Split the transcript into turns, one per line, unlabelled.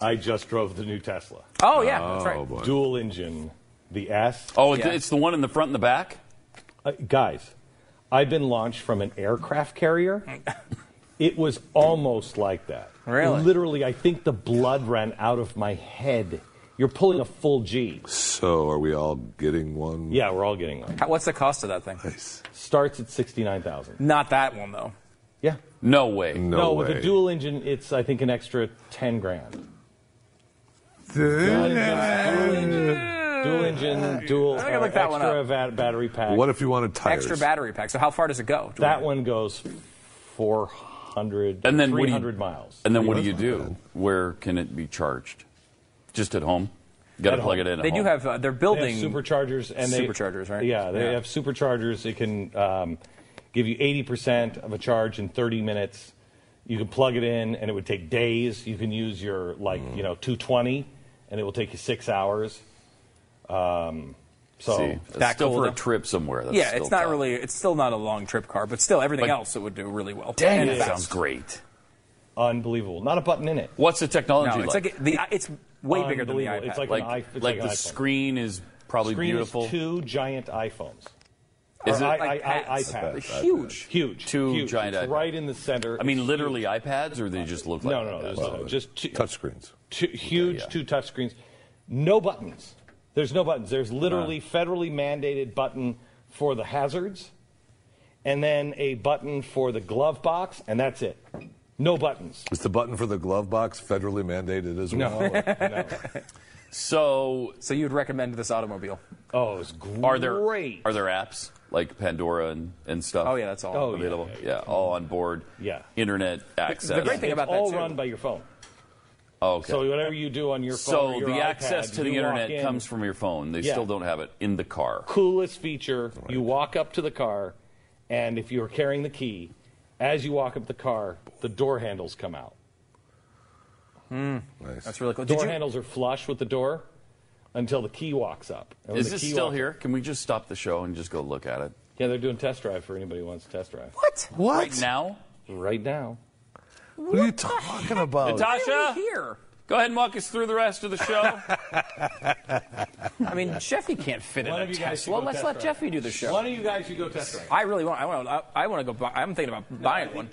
I just drove the new Tesla.
Oh, yeah, that's right.
Oh, boy.
Dual engine, the S.
Oh, it-
Yeah.
it's the one in the front and the back?
Uh, guys, I've been launched from an aircraft carrier. it was almost like that.
Really?
Literally, I think the blood ran out of my head. You're pulling a full G.
So are we all getting one?
Yeah, we're all getting one.
How- What's the cost of that thing?
Starts at 69,000.
Not that one, though.
Yeah.
No way.
No,
no,
way.
with a dual engine, it's I think an extra 10 grand. Dual engine, dual
I can
uh,
look that one
extra
up.
va- battery pack.
What if you wanted tires?
Extra battery pack. So how far does it go? Do
that
we-
one goes 400
And then what do you-
300 miles.
And then what do you do? Where can it be charged? Just at home? You got to
At
plug
home.
it in. at
They do
home.
have. Uh,
They
they're
have
building.
superchargers and they
Superchargers, right?
Yeah, they
Yeah.
have superchargers. It can um, give you 80% of a charge in 30 minutes. You can plug it in and it would take days. You can use your like you know 220 and it will take you six hours. Um, so
See, that's
That
still
cool,
for a
though.
trip somewhere. That's
yeah,
still
it's not
tough.
really. It's still not a long trip car, but still everything
But-
else it would do really well.
Dang,
And
that
fast.
sounds great.
unbelievable. Not a button in it.
What's the technology
No, it's like, the. It's way bigger than the
Unbelievable.
iPad.
It's like-
like,
an i- it's
like,
like an
the
iPhone.
screen is probably
Screen
beautiful.
is two giant iPhones.
Is
Or
it-
I,
Like
I, I,
pads.
iPads.
huge.
Huge.
Two
huge.
giant
It's
iPads.
Right in the center.
I mean, literally iPads, or they just look like
No, no, no.
iPads?
there's no- Just two,
Touch screens.
two, huge
yeah.
two touch screens. No buttons. There's no buttons. There's literally federally mandated button for the hazards, and then a button for the glove box, and that's it. No buttons.
Is the button for the glove box federally mandated as
No.
well?
no.
So,
so you'd recommend this automobile?
Oh, it's great.
are there are there apps like Pandora and, and stuff?
Oh yeah, that's all.
Oh, yeah,
available.
yeah,
Yeah, all on board.
Yeah.
internet access.
The great thing
it's
about that
all
too-
run by your phone.
Oh, okay.
So whatever you do on your phone,
So
or your
the
iPad,
access to the
you walk
internet
in,
comes from your phone. They
Yeah.
still don't have it in the car.
coolest feature. You walk up to the car, and if you're carrying the key, as you walk up the car, the door handles come out.
Nice.
That's really cool. Did
Door
you,
handles are flush with the door until the key walks up. And when
Is
the
this
key
still
walks-
here? Can we just stop the show and just go look at it
Yeah, they're doing test drive for anybody who wants to test drive.
what?
What?
right now?
Right now.
What are you talking
Why
about?
Natasha?
are we here?
Go ahead and walk us through the rest of the show.
I mean, Jeffy can't fit
One
in
of
a
you guys should
Tesla.
go
Let's
test
let
drive.
Jeffy do the show.
of you guys should go test drive.
I really want. I want. to I want to go. Buy, I'm thinking about buying one.